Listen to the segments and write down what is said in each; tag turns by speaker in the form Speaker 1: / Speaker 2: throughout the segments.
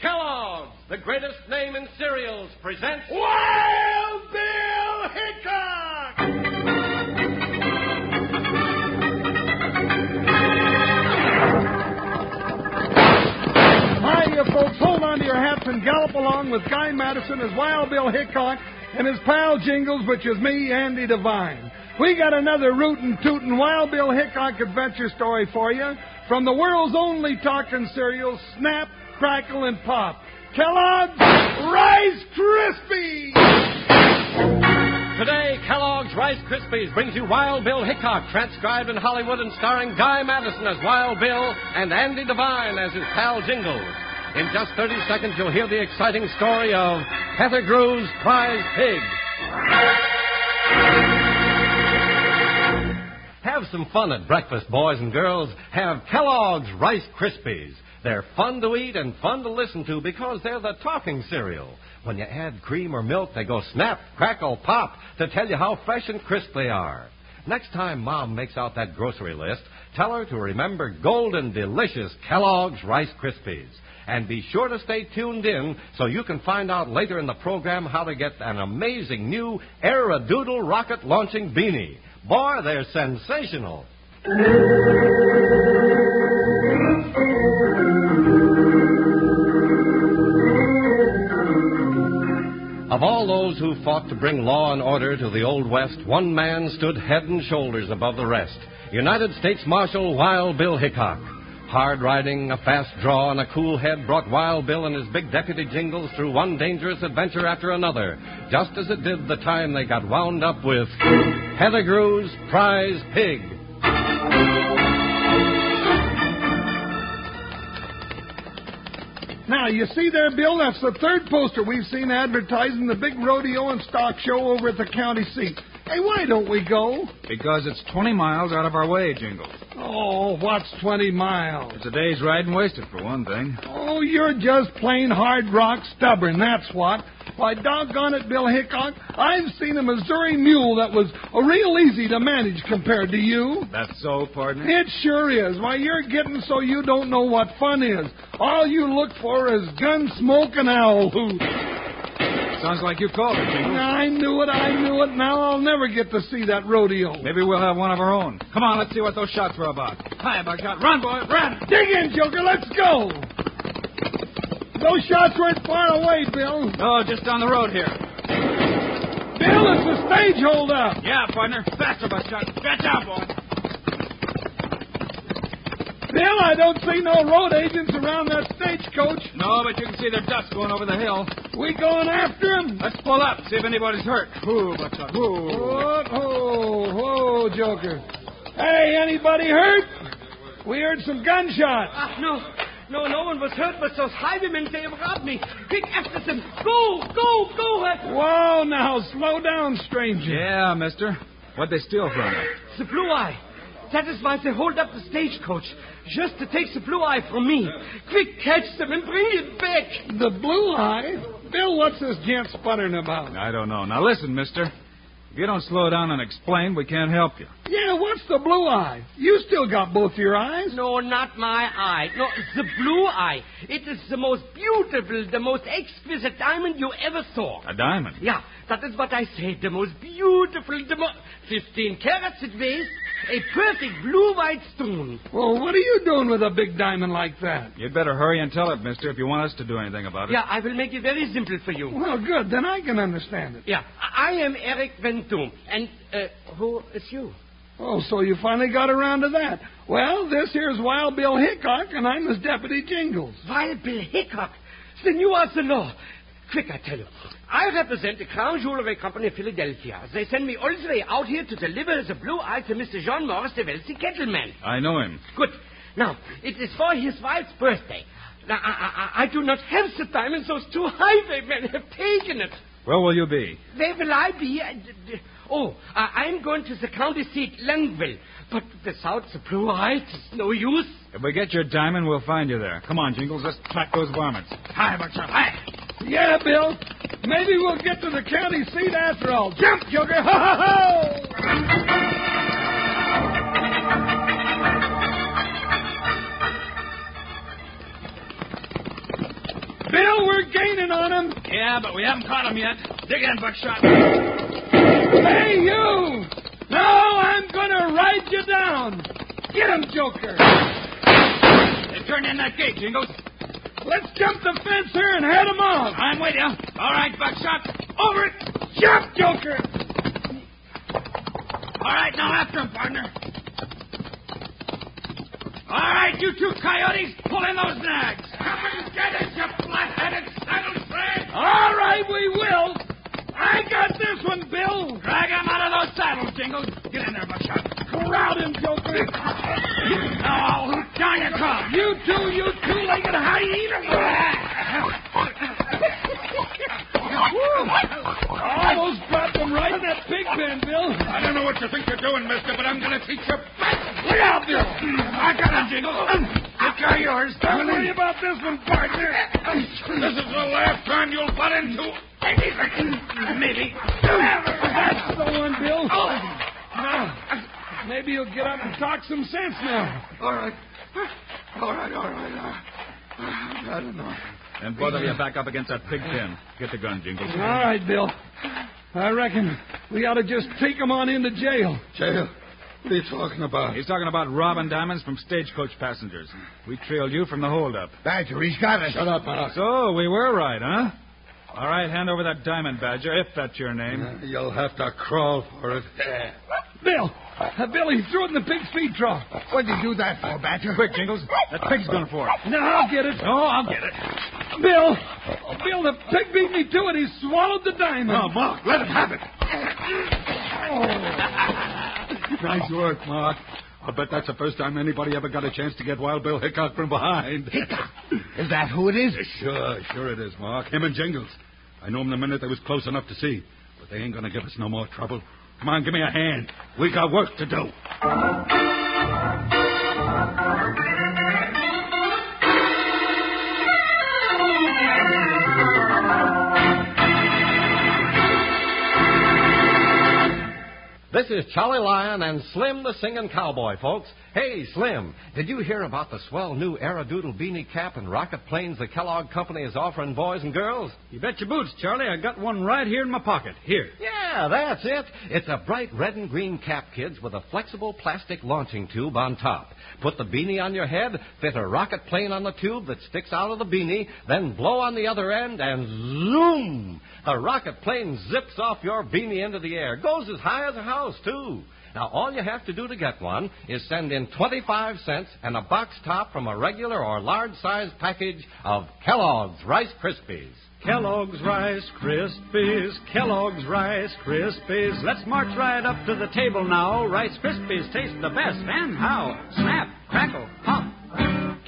Speaker 1: Kellogg's, the greatest name in cereals, presents
Speaker 2: Wild Bill Hickok! Hi, you folks. Hold on to your hats and gallop along with Guy Madison as Wild Bill Hickok and his pal Jingles, which is me, Andy Devine. We got another rootin' tootin' Wild Bill Hickok adventure story for you from the world's only talking cereal, Snap, Crackle, and Pop. Kellogg's Rice Krispies!
Speaker 1: today Kellogg's Rice Krispies brings you Wild Bill Hickok, transcribed in Hollywood and starring Guy Madison as Wild Bill and Andy Devine as his pal Jingles. In just 30 seconds, you'll hear the exciting story of Pettigrew's prize pig. Have some fun at breakfast, boys and girls. Have Kellogg's Rice Krispies. They're fun to eat and fun to listen to because they're the talking cereal. When you add cream or milk, they go snap, crackle, pop to tell you how fresh and crisp they are. Next time Mom makes out that grocery list, tell her to remember golden, delicious Kellogg's Rice Krispies. And be sure to stay tuned in so you can find out later in the program how to get an amazing new Aerodoodle rocket launching beanie. Boy, they're sensational. Of all those who fought to bring law and order to the Old West, one man stood head and shoulders above the rest United States Marshal Wild Bill Hickok. Hard riding, a fast draw, and a cool head brought Wild Bill and his big deputy Jingles through one dangerous adventure after another, just as it did the time they got wound up with Pettigrew's prize pig.
Speaker 2: Now, you see there, Bill, that's the third poster we've seen advertising the big rodeo and stock show over at the county seat. Hey, why don't we go?
Speaker 3: Because it's 20 miles out of our way, Jingle.
Speaker 2: Oh, what's 20 miles?
Speaker 3: It's a day's riding wasted, for one thing.
Speaker 2: Oh, you're just plain hard rock stubborn, that's what. Why, doggone it, Bill Hickok, I've seen a Missouri mule that was real easy to manage compared to you.
Speaker 3: That's so, partner.
Speaker 2: It sure is. Why, you're getting so you don't know what fun is. All you look for is gun smoke and owl hoot.
Speaker 3: Sounds like you called it, Jingle.
Speaker 2: I knew it, I knew it. Now I'll never get to see that rodeo.
Speaker 3: Maybe we'll have one of our own. Come on, let's see what those shots were about. Hi, by God. Run, boy, run!
Speaker 2: Dig in, Joker. Let's go. Those shots weren't far away, Bill.
Speaker 3: No, Oh, just down the road here.
Speaker 2: Bill, it's a stage holdup.
Speaker 3: Yeah, partner. Faster, by shot. Stretch out, boy.
Speaker 2: Bill, I don't see no road agents around that stagecoach.
Speaker 3: No, but you can see their dust going over the hill.
Speaker 2: We going after 'em?
Speaker 3: Let's pull up, see if anybody's hurt. Ooh, by shot. Ooh.
Speaker 2: Whoa, whoa, whoa, Joker. Hey, anybody hurt? We heard some gunshots.
Speaker 4: Ah, no. No, no one was hurt, but those highwaymen, they robbed me. Quick after them. Go, go, go. uh,
Speaker 2: Whoa, now, slow down, stranger.
Speaker 3: Yeah, mister. What'd they steal from you?
Speaker 4: The blue eye. That is why they hold up the stagecoach. Just to take the blue eye from me. Quick, catch them and bring it back.
Speaker 2: The blue eye? Bill, what's this gent sputtering about?
Speaker 3: I don't know. Now, listen, mister. If you don't slow down and explain, we can't help you.
Speaker 2: Yeah, what's the blue eye? You still got both your eyes.
Speaker 4: No, not my eye. No, the blue eye. It is the most beautiful, the most exquisite diamond you ever saw.
Speaker 3: A diamond.
Speaker 4: Yeah, that is what I said. The most beautiful, the most... Fifteen carats it weighs. A perfect blue-white stone.
Speaker 2: Well, what are you doing with a big diamond like that?
Speaker 3: You'd better hurry and tell it, mister, if you want us to do anything about it.
Speaker 4: Yeah, I will make it very simple for you.
Speaker 2: Well, good. Then I can understand it.
Speaker 4: Yeah, I I am Eric Ventum, and uh, who is you?
Speaker 2: Oh, so you finally got around to that. Well, this here's Wild Bill Hickok, and I'm his deputy Jingles.
Speaker 4: Wild Bill Hickok. Then you are the law. Quick, I tell you. I represent the Crown Jewelry Company of Philadelphia. They send me all the way out here to deliver the blue eye to Mr. John Morris, the wealthy cattleman.
Speaker 3: I know him.
Speaker 4: Good. Now, it is for his wife's birthday. Now, I, I, I do not have the diamond. Those two highwaymen have taken it.
Speaker 3: Where will you be?
Speaker 4: Where will I be? I- d- d- Oh, I, I'm going to the county seat, Langville. But without the blue eye, it's no use.
Speaker 3: If we get your diamond, we'll find you there. Come on, Jingles, let's track those varmints. Hi, Buckshot. Hi.
Speaker 2: Yeah, Bill. Maybe we'll get to the county seat after all. Jump, Joker! Ho, ho, ho! Bill, we're gaining on him.
Speaker 3: Yeah, but we haven't caught him yet. Dig in, Buckshot.
Speaker 2: Hey, you! No, I'm gonna ride you down. Get him, Joker.
Speaker 3: Turn in that gate, Jingles.
Speaker 2: Let's jump the fence here and head him off.
Speaker 3: I'm with you. All right, Buckshot. Over it.
Speaker 2: Jump, Joker.
Speaker 3: All right, now after him, partner. All right, you two coyotes, pull in those nags. Come and get it, you flat-headed saddle sled.
Speaker 2: All right, we will. I got this one, Bill.
Speaker 3: Drag him out of those saddles, Jingles. Get in there, Buckshot.
Speaker 2: Corralled him, Joker.
Speaker 3: Oh, down you come.
Speaker 2: You two, you two-legged I almost dropped him right in that pig pen, Bill.
Speaker 3: I don't know what you think you're doing, mister, but I'm going to teach you.
Speaker 2: Look out, Bill.
Speaker 3: I got him, Jingles. The guy yours,
Speaker 2: Um, Don't
Speaker 3: Um,
Speaker 2: worry about this one, partner.
Speaker 3: This is the last time you'll butt into anything. Maybe. Oh.
Speaker 2: That's the one, Bill. Now, maybe you'll get up and talk some sense now.
Speaker 3: All right. All right, all right. I don't know. And both of you back up against that pig pen. Get the gun, Jingles.
Speaker 2: All right, Bill. I reckon we ought to just take him on into jail.
Speaker 3: Jail? What are you talking about? He's talking about robbing diamonds from stagecoach passengers. We trailed you from the holdup.
Speaker 5: Badger, he's got us. Shut up,
Speaker 3: So, we were right, huh? All right, hand over that diamond, Badger, if that's your name.
Speaker 5: You'll have to crawl for it.
Speaker 2: Bill, uh, Bill, he threw it in the pig's feed trough.
Speaker 5: What'd you do that for, Badger?
Speaker 3: Quick, Jingles. That pig's going for it.
Speaker 2: No, I'll get it.
Speaker 3: No, I'll get it.
Speaker 2: Bill, Bill, the pig beat me to it. He swallowed the diamond.
Speaker 3: Oh, Mark, let him have it.
Speaker 2: Oh.
Speaker 3: nice work, Mark. I bet that's the first time anybody ever got a chance to get Wild Bill Hickok from behind. Uh,
Speaker 5: Hickok. Is that who it is?
Speaker 3: Sure, sure it is, Mark. Him and Jingles. I knew him the minute they was close enough to see. But they ain't gonna give us no more trouble. Come on, give me a hand. We got work to do.
Speaker 1: This is Charlie Lyon and Slim the Singing Cowboy, folks. Hey, Slim, did you hear about the swell new Aerodoodle beanie cap and rocket planes the Kellogg Company is offering boys and girls?
Speaker 3: You bet your boots, Charlie. I got one right here in my pocket. Here.
Speaker 1: Yeah, that's it. It's a bright red and green cap, kids, with a flexible plastic launching tube on top. Put the beanie on your head, fit a rocket plane on the tube that sticks out of the beanie, then blow on the other end, and zoom! The rocket plane zips off your beanie into the air, goes as high as a house, too. Now, all you have to do to get one is send in 25 cents and a box top from a regular or large size package of Kellogg's Rice Krispies.
Speaker 3: Kellogg's Rice Krispies, Kellogg's Rice Krispies. Let's march right up to the table now. Rice Krispies taste the best. And how? Snap, crackle, pop.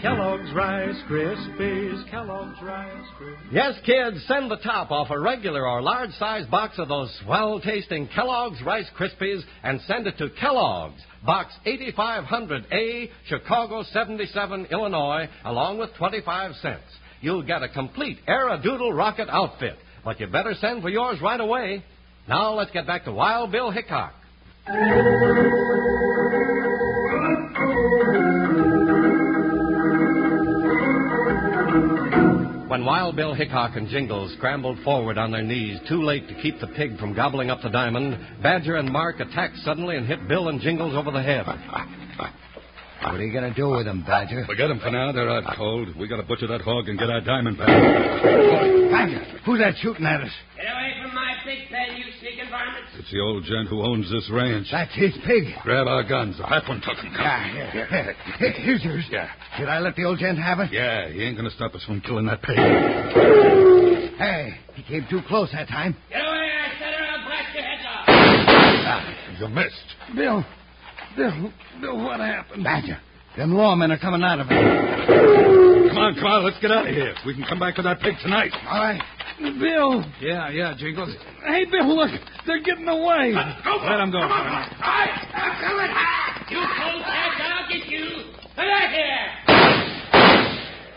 Speaker 3: Kellogg's Rice Krispies, Kellogg's Rice Krispies.
Speaker 1: Yes, kids, send the top off a regular or large size box of those swell tasting Kellogg's Rice Krispies and send it to Kellogg's, Box 8500A, Chicago 77, Illinois, along with 25 cents. You'll get a complete Aerodoodle rocket outfit, but you better send for yours right away. Now let's get back to Wild Bill Hickok. When Wild Bill Hickok and Jingles scrambled forward on their knees, too late to keep the pig from gobbling up the diamond, Badger and Mark attacked suddenly and hit Bill and Jingles over the head.
Speaker 6: What are you going to do with them, Badger?
Speaker 7: Forget them for now. They're out cold. We gotta butcher that hog and get our diamond back.
Speaker 6: Badger, who's that shooting at us?
Speaker 4: Get away from my pig pen, you sneaking varmints.
Speaker 7: It's the old gent who owns this ranch.
Speaker 6: That's his pig. Ah,
Speaker 7: Grab our guns. That one took him.
Speaker 6: Yeah, here, here. Here- Here's yours.
Speaker 7: Yeah.
Speaker 6: Should I let the old gent have it?
Speaker 7: Yeah, he ain't gonna stop us from killing that pig.
Speaker 6: Hey, he came too close that time.
Speaker 4: Get away, I said, or I'll blast your heads off.
Speaker 7: You missed.
Speaker 2: Bill, Bill, Bill, what happened?
Speaker 6: Badger, them lawmen are coming out of it.
Speaker 7: Come on, come on, let's get out of here. We can come back for that pig tonight.
Speaker 6: All right.
Speaker 2: Bill,
Speaker 7: Yeah, yeah, Jingles.
Speaker 2: hey, Bill, look, they're getting away.
Speaker 7: Let him go.
Speaker 4: You cold tags, I'll get you. Come out here.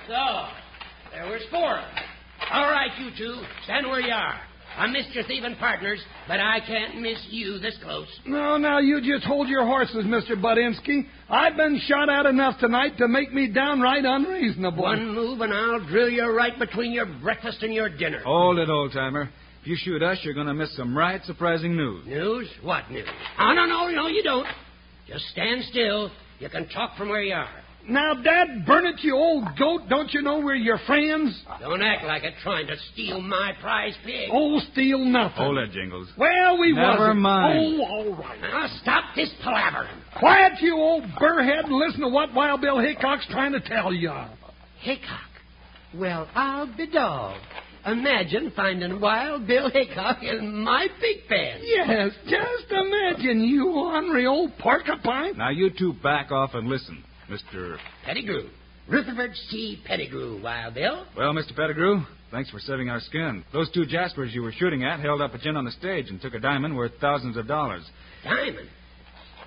Speaker 4: So, there was four of them. All right, you two, stand where you are. I missed your thieving partners, but I can't miss you this close.
Speaker 2: No, now you just hold your horses, Mr. Budinsky. I've been shot at enough tonight to make me downright unreasonable.
Speaker 4: One move, and I'll drill you right between your breakfast and your
Speaker 6: Oh.
Speaker 4: dinner.
Speaker 3: Hold it, old timer. If you shoot us, you're going to miss some right surprising news.
Speaker 4: News? What news? Oh, no, no, no, you don't. Just stand still. You can talk from where you are.
Speaker 2: Now, Dad, burn it, you old goat. Don't you know we're your friends?
Speaker 6: Ah.
Speaker 4: Don't act like it trying to steal my prize pig.
Speaker 2: Old steal nothing.
Speaker 3: Hold it, Jingles.
Speaker 2: Well, we
Speaker 3: Never
Speaker 2: wasn't.
Speaker 3: mind.
Speaker 2: Oh, all right.
Speaker 4: Now stop this palaver.
Speaker 2: Quiet, you old burrhead, and listen to what Wild Bill Hickok's trying to tell you.
Speaker 4: Hickok. Well, I'll be dogged. Imagine finding Wild Bill Hickok in my pig pen.
Speaker 2: Yes, just imagine, you ornery old porcupine.
Speaker 3: Now, you two back off and listen, Mr.
Speaker 4: Pettigrew. Rutherford C. Pettigrew, Wild Bill.
Speaker 3: Well, Mr. Pettigrew, thanks for saving our skin. Those two Jaspers you were shooting at held up a gent on the stage and took a diamond worth thousands of dollars.
Speaker 4: Diamond.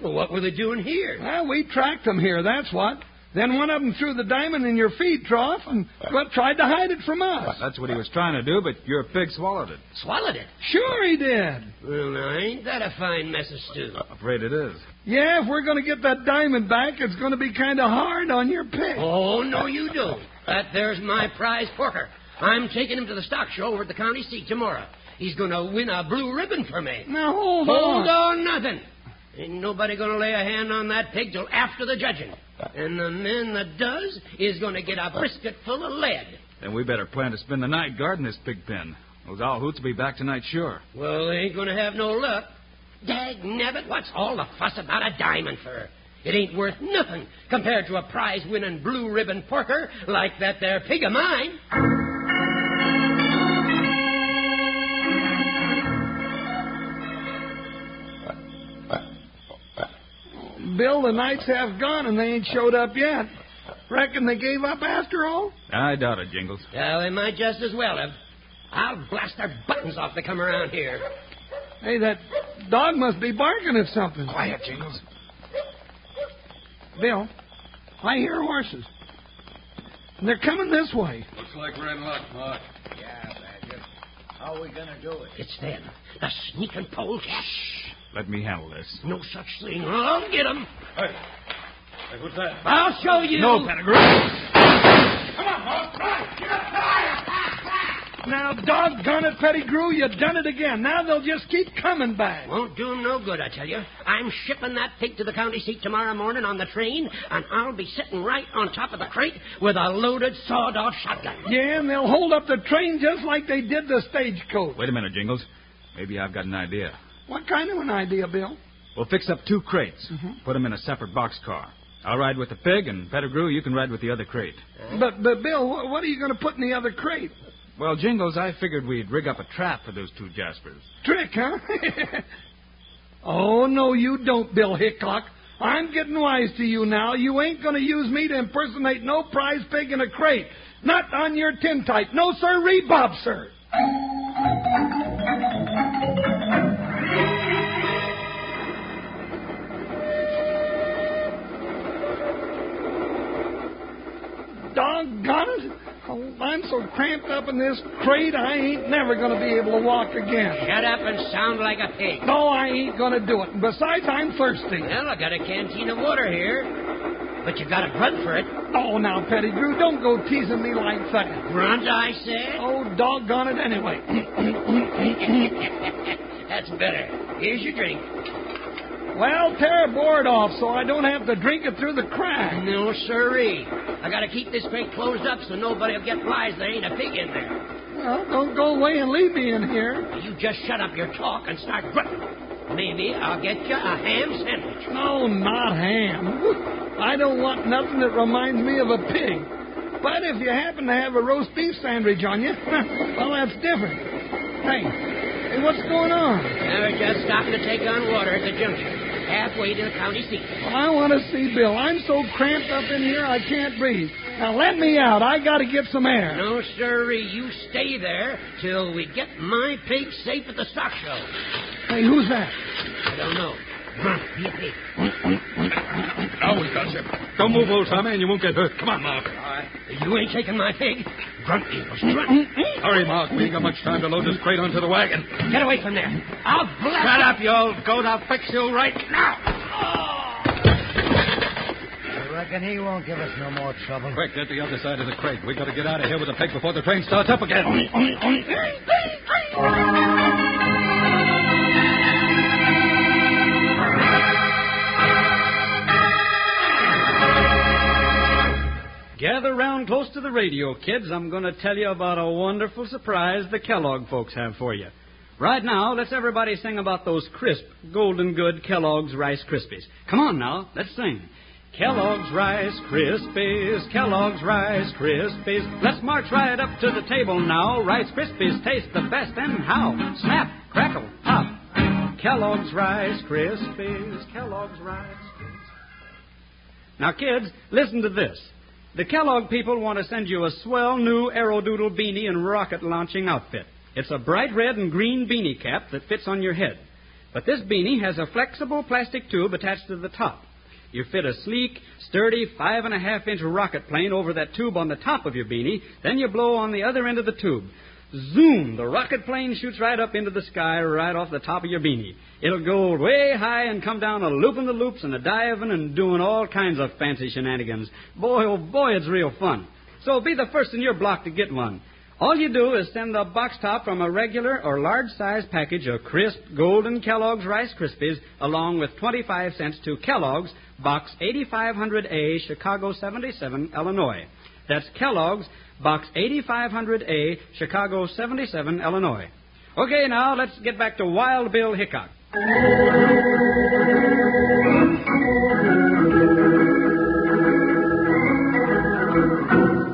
Speaker 4: Well, what were they doing here?
Speaker 2: Well, Ah, we tracked them here, that's what. Then one of them threw the diamond in your feed trough and, well, tried to hide it from us.
Speaker 3: That's what he was trying to do, but your pig swallowed it.
Speaker 4: Swallowed it.
Speaker 2: Sure he did.
Speaker 4: Well, now, ain't that a fine mess of stew?
Speaker 3: Afraid it is.
Speaker 2: Yeah, if we're going to get that diamond back, it's going to be kind of hard on your pig.
Speaker 4: Oh, no, you don't. That there's my prize porker. I'm taking him to the stock show over at the county seat tomorrow. He's going to win a blue ribbon for me.
Speaker 2: Now, hold,
Speaker 4: Hold on, nothing. Ain't nobody gonna lay a hand on that pig till after the judging. And the man that does is gonna get a brisket full of lead.
Speaker 3: Then we better plan to spend the night guarding this pig pen. Those owl hoots will be back tonight, sure.
Speaker 4: Well, they ain't gonna have no luck. Dag nabbit, what's all the fuss about a diamond for? It ain't worth nothing compared to a prize winning blue ribbon porker like that there pig of mine.
Speaker 2: Bill, the knights have gone and they ain't showed up yet. Reckon they gave up after all?
Speaker 3: I doubt it, Jingles.
Speaker 4: Well, they might just as well have. I'll blast their buttons off to come around here.
Speaker 2: Hey, that dog must be barking at something.
Speaker 6: Quiet, Jingles.
Speaker 2: Bill, I hear horses. And they're coming this way.
Speaker 7: Looks like we're in luck, Mark.
Speaker 6: Yeah, Badger. How are we going to do it?
Speaker 4: It's them, the sneaking polecats.
Speaker 3: Let me handle this.
Speaker 4: No such thing. I'll get 'em.
Speaker 7: Hey. Hey, who's that?
Speaker 4: I'll show you.
Speaker 3: No, Pettigrew!
Speaker 2: Now, doggone it, Pettigrew, you done it again. Now they'll just keep coming back.
Speaker 4: Won't do 'em no good, I tell you. I'm shipping that pig to the county seat tomorrow morning on the train, and I'll be sitting right on top of the crate with a loaded sawed-off shotgun.
Speaker 2: Yeah, and they'll hold up the train just like they did the stagecoach.
Speaker 3: Wait a minute, Jingles. Maybe I've got an idea.
Speaker 2: What kind of an idea, Bill?
Speaker 3: We'll fix up two crates, Put 'em in a separate boxcar. I'll ride with the pig, and Pettigrew, you can ride with the other crate.
Speaker 2: But, but Bill, wh- what are you going to put in the other crate?
Speaker 3: Well, Jingles, I figured we'd rig up a trap for those two Jaspers.
Speaker 2: Trick, huh? oh, no, you don't, Bill Hickok. I'm getting wise to you now. You ain't going to use me to impersonate no prize pig in a crate. Not on your tintype. No, sir, rebob, sir. Doggone it. Oh, I'm so cramped up in this crate, I ain't never going to be able to walk again.
Speaker 4: Shut up and sound like a pig.
Speaker 2: No, I ain't going to do it. And besides, I'm thirsty.
Speaker 4: Well, I got a canteen of water here. but you got a grunt for it.
Speaker 2: Oh, now, Pettigrew, don't go teasing me like that.
Speaker 4: Grunt, I said?
Speaker 2: Oh, doggone it anyway.
Speaker 4: That's better. Here's your drink.
Speaker 2: well, tear a board off so I don't have to drink it through the crack.
Speaker 4: No, sirree. I gotta keep this crate closed up so nobody'll get wise there ain't a pig in there.
Speaker 2: Well, don't go away and leave me in here.
Speaker 4: You just shut up your talk and start grunting. Maybe I'll get you a ham sandwich.
Speaker 2: No, not ham. I don't want nothing that reminds me of a pig. But if you happen to have a roast beef sandwich on you, well, that's different. Hey, hey, what's going on?
Speaker 4: Now we're just stopping to take on water at the junction, halfway to the county seat.
Speaker 2: I want to see Bill. I'm so cramped up in here I can't breathe. Now let me out. I got to get some air.
Speaker 4: No, sirree. You stay there till we get my pig safe at the stock show.
Speaker 2: Hey, who's that?
Speaker 4: I don't know. Grunt, be a pig.
Speaker 8: Now we got you. Don't move, old Tommy, and you won't get hurt. Come on, Mark.
Speaker 4: You ain't taking my pig. Grunt, you must grunt.
Speaker 8: Hurry, Mark. We ain't got much time to load this crate onto the wagon.
Speaker 4: Get away from there. I'll blast
Speaker 8: Shut up, you old goat. I'll fix you right now.
Speaker 5: I reckon he won't give us no more trouble.
Speaker 8: Quick, get the other side of the crate. We gotta get out of here with the pig before the train starts up again.
Speaker 3: Gather round close to the radio, kids. I'm going to tell you about a wonderful surprise the Kellogg folks have for you. Right now, let's everybody sing about those crisp, golden good Kellogg's Rice Krispies. Come on now, let's sing. Kellogg's Rice Krispies, Kellogg's Rice Krispies. Let's march right up to the table now. Rice Krispies taste the best and how. Snap, crackle, pop. Kellogg's Rice Krispies, Kellogg's Rice Krispies. Now, kids, listen to this. The Kellogg people want to send you a swell new aerodoodle beanie and rocket launching outfit. It's a bright red and green beanie cap that fits on your head. But this beanie has a flexible plastic tube attached to the top. You fit a sleek, sturdy, five and a half inch rocket plane over that tube on the top of your beanie, then you blow on the other end of the tube. Zoom! The rocket plane shoots right up into the sky, right off the top of your beanie. It'll go way high and come down a looping the loops and a diving and doing all kinds of fancy shenanigans. Boy, oh boy, it's real fun. So be the first in your block to get one. All you do is send the box top from a regular or large size package of crisp golden Kellogg's Rice Krispies along with 25 cents to Kellogg's, Box 8500A, Chicago 77, Illinois. That's Kellogg's, Box 8500A, Chicago 77, Illinois. Okay, now let's get back to Wild Bill Hickok.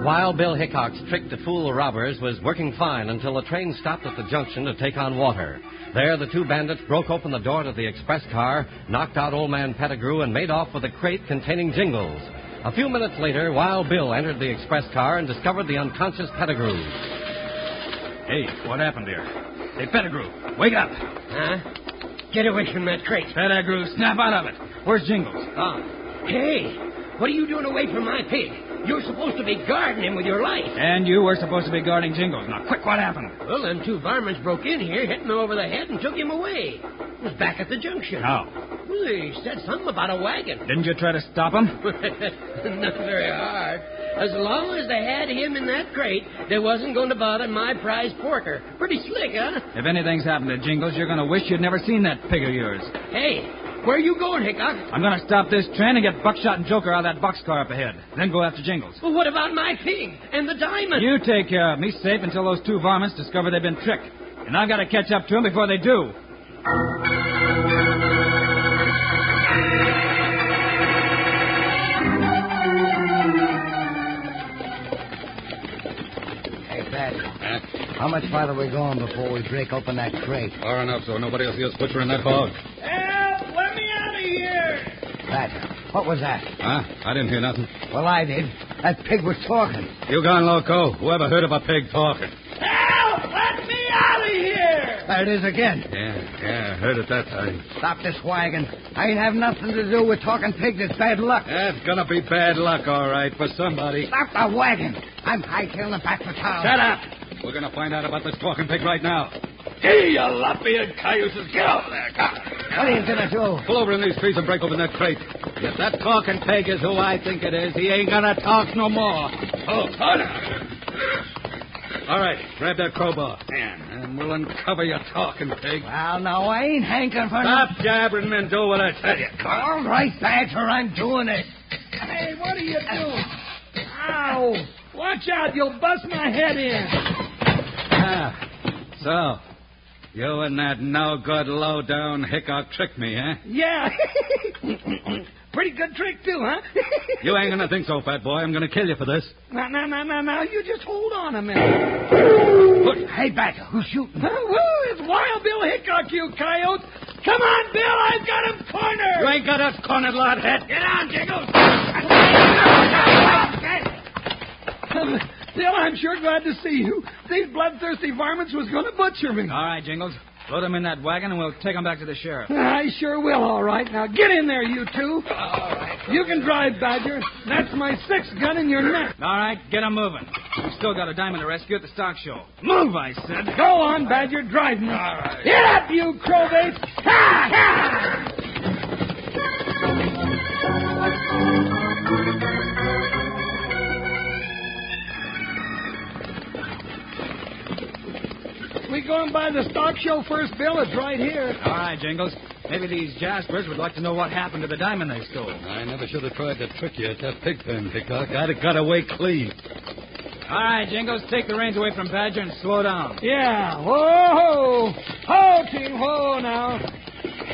Speaker 1: While Bill Hickok's trick to fool robbers was working fine until a train stopped at the junction to take on water. There, the two bandits broke open the door to the express car, knocked out old man Pettigrew, and made off with a crate containing jingles. A few minutes later, Wild Bill entered the express car and discovered the unconscious Pettigrew.
Speaker 8: Hey, what happened here? Hey, Pettigrew, wake up.
Speaker 4: Huh? Get away from that crate.
Speaker 8: Pettigrew, snap out of it. Where's Jingles?
Speaker 4: Oh. Hey, what are you doing away from my pig? You're supposed to be guarding him with your life.
Speaker 9: And you were supposed to be guarding Jingles. Now, quick, what happened?
Speaker 4: Well, them two varmints broke in here, hit him over the head, and took him away. It was back at the junction.
Speaker 9: How?
Speaker 4: Well, he said something about a wagon.
Speaker 9: Didn't you try to stop him?
Speaker 4: Not very hard. As long as they had him in that crate, they wasn't going to bother my prize porker. Pretty slick, huh?
Speaker 9: If anything's happened to Jingles, you're going to wish you'd never seen that pig of yours.
Speaker 4: Hey, where you going, Hickok?
Speaker 9: I'm going to stop this train and get Buckshot and Joker out of that boxcar up ahead. Then go after Jingles.
Speaker 4: Well, what about my pig and the diamond?
Speaker 9: You take care of me safe until those two varmints discover they've been tricked. And I've got to catch up to them before they do.
Speaker 5: Hey, Pat. How much farther we going before we break open that crate?
Speaker 8: Far enough so nobody will see us butchering that hog.
Speaker 2: Help! Let me out of here!
Speaker 5: Pat, what was that?
Speaker 8: Huh? I didn't hear nothing.
Speaker 5: Well, I did. That pig was talking.
Speaker 8: You gone loco. Whoever heard of a pig talking?
Speaker 2: Help! Let me out of here!
Speaker 5: There it is again.
Speaker 8: Yeah, yeah, heard it that time.
Speaker 5: Stop this wagon. I ain't have nothing to do with talking pigs. It's bad luck.
Speaker 8: That's gonna be bad luck, all right, for somebody.
Speaker 5: Stop the wagon. I'm hightailing it back for town.
Speaker 8: Shut up! We're gonna find out about this talking pig right now.
Speaker 10: Hey, you lop-eared cayuses, get out of there. What
Speaker 11: are you going to do?
Speaker 10: Pull over in these trees and break open that crate.
Speaker 12: If that talking pig is who I think it is, he ain't gonna talk no more.
Speaker 10: Oh, Connor. All right, grab that crowbar.
Speaker 12: And we'll uncover your talking pig.
Speaker 11: Well, no, I ain't hankin' for
Speaker 10: Stop jabbering and do what I tell you.
Speaker 11: no- All right, Badger, I'm doing it.
Speaker 2: Hey, what are you doing? Ow! Watch out, you'll bust my head in.
Speaker 12: Ah, so, you and that no-good, low-down Hickok tricked me, eh?
Speaker 2: Yeah. Pretty good trick, too, huh?
Speaker 12: You ain't gonna think so, fat boy. I'm gonna kill you for this.
Speaker 2: Now, now, now, now, now, you just hold on a minute.
Speaker 11: Hey, Badger, who's shooting?
Speaker 2: Huh? Woo, it's Wild Bill Hickok, you coyote. Come on, Bill, I've got him cornered.
Speaker 12: You ain't got us cornered, hothead.
Speaker 2: Get on, Jingles. Bill, I'm sure glad to see you. These bloodthirsty varmints was going to butcher me.
Speaker 3: All right, Jingles. Load them in that wagon, and we'll take them back to the sheriff.
Speaker 2: I sure will, all right. Now get in there, you two. All right. You can drive, Badger. That's my sixth gun in your neck.
Speaker 3: All right, get 'em moving. We've still got a diamond to rescue at the stock show. Move, I said.
Speaker 2: Go on, Badger, drive me. All right. Get up, you crowbait. Ha, ha! We going by the stock show first, Bill? It's right here.
Speaker 3: All right, Jingles. Maybe these Jaspers would like to know what happened to the diamond they stole.
Speaker 12: I never should have tried to trick you at that pig pen, Hickok. I'd have got away clean.
Speaker 3: All right, Jingles, take the reins away from Badger and slow down.
Speaker 2: Yeah. Whoa, ho. Ho, team, ho now.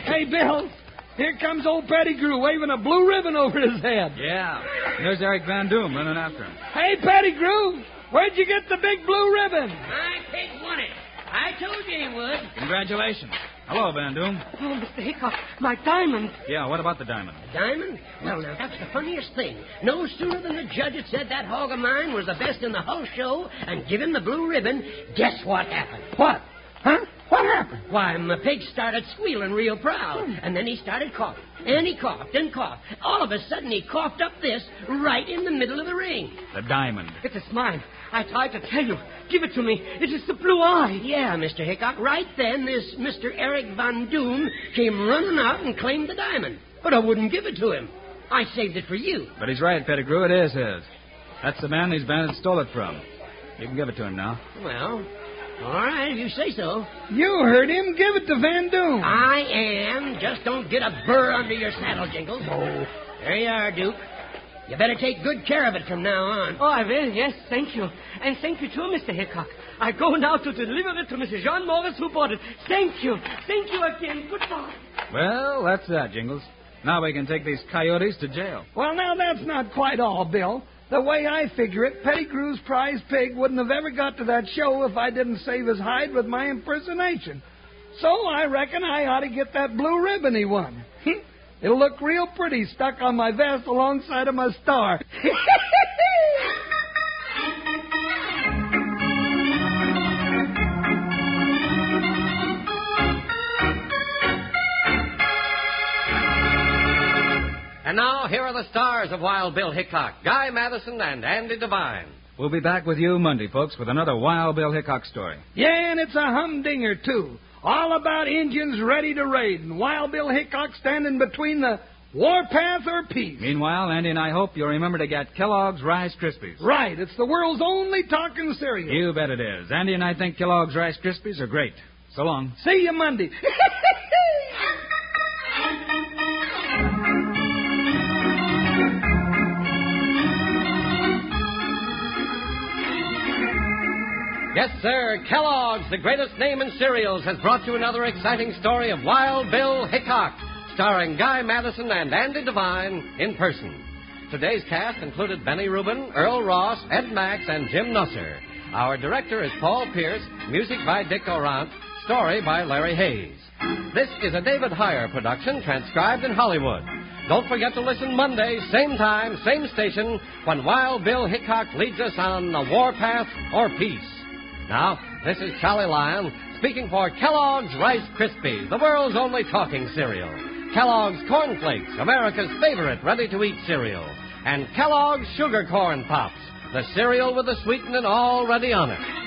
Speaker 2: Hey, Bill. Here comes old Pettigrew waving a blue ribbon over his head.
Speaker 3: Yeah. And There's Eric Van Doom running after him.
Speaker 2: Hey, Pettigrew, where'd you get the big blue ribbon?
Speaker 4: My pig won it. I told you he would.
Speaker 3: Congratulations. Hello, Van Doom.
Speaker 4: Oh, Mr. Hickok, my diamond.
Speaker 3: Yeah, what about the diamond?
Speaker 4: Diamond? Well, now, that's the funniest thing. No sooner than the judge had said that hog of mine was the best in the whole show and given the blue ribbon, guess what happened?
Speaker 2: What? Huh? What happened? Hmm.
Speaker 4: Why, the pig started squealing real proud, and then he started coughing, and he coughed and coughed. All of a sudden, he coughed up this right in the middle of the ring.
Speaker 3: The diamond.
Speaker 4: It is mine. I tried to tell you. Give it to me. It is the blue eye. Yeah, Mr. Hickok. Right then, this Mr. Eric Van Doom came running out and claimed the diamond. But I wouldn't give it to him. I saved it for you.
Speaker 3: But he's right, Pettigrew. It is his. That's the man these bandits stole it from. You can give it to him now.
Speaker 4: Well, all right, if you say so.
Speaker 2: You heard him. Give it to Van Doom.
Speaker 13: Oh.
Speaker 4: I am. Just don't get a burr under your saddle, Jingles. Oh. There you are, Duke. You better take good care of it from now on.
Speaker 13: Oh, I will, yes, thank you. And thank you too, Mr. Hickok. I go now to deliver it to Mr. John Morris who bought it. Thank you. Thank you again. Goodbye.
Speaker 3: Well, that's that, Jingles. Now we can take these coyotes to jail.
Speaker 2: Well, now that's not quite all, Bill. The way I figure it, Pettigrew's prize pig wouldn't have ever got to that show if I didn't save his hide with my impersonation. So I reckon I ought to get that blue ribbon he won. It'll look real pretty stuck on my vest alongside of my star.
Speaker 1: And now, here are the stars of Wild Bill Hickok Guy Madison and Andy Devine.
Speaker 3: We'll be back with you Monday, folks, with another Wild Bill Hickok story.
Speaker 2: Yeah, and it's a humdinger, too. All about Indians ready to raid, and Wild Bill Hickok standing between the warpath or peace.
Speaker 3: Meanwhile, Andy and I hope you'll remember to get Kellogg's Rice Krispies.
Speaker 2: Right, it's the world's only talking cereal.
Speaker 3: You bet it is. Andy and I think Kellogg's Rice Krispies are great. So long.
Speaker 2: See you Monday.
Speaker 1: Yes, sir. Kellogg's, the greatest name in cereals, has brought you another exciting story of Wild Bill Hickok, starring Guy Madison and Andy Devine in person. Today's cast included Benny Rubin, Earl Ross, Ed Max, and Jim Nusser. Our director is Paul Pierce, music by Dick Orant, story by Larry Hayes. This is a David Heyer production transcribed in Hollywood. Don't forget to listen Monday, same time, same station, when Wild Bill Hickok leads us on the warpath or peace. Now, this is Charlie Lyon speaking for Kellogg's Rice Krispies, the world's only talking cereal. Kellogg's Corn Flakes, America's favorite ready to eat cereal. And Kellogg's Sugar Corn Pops, the cereal with the sweetening already on it.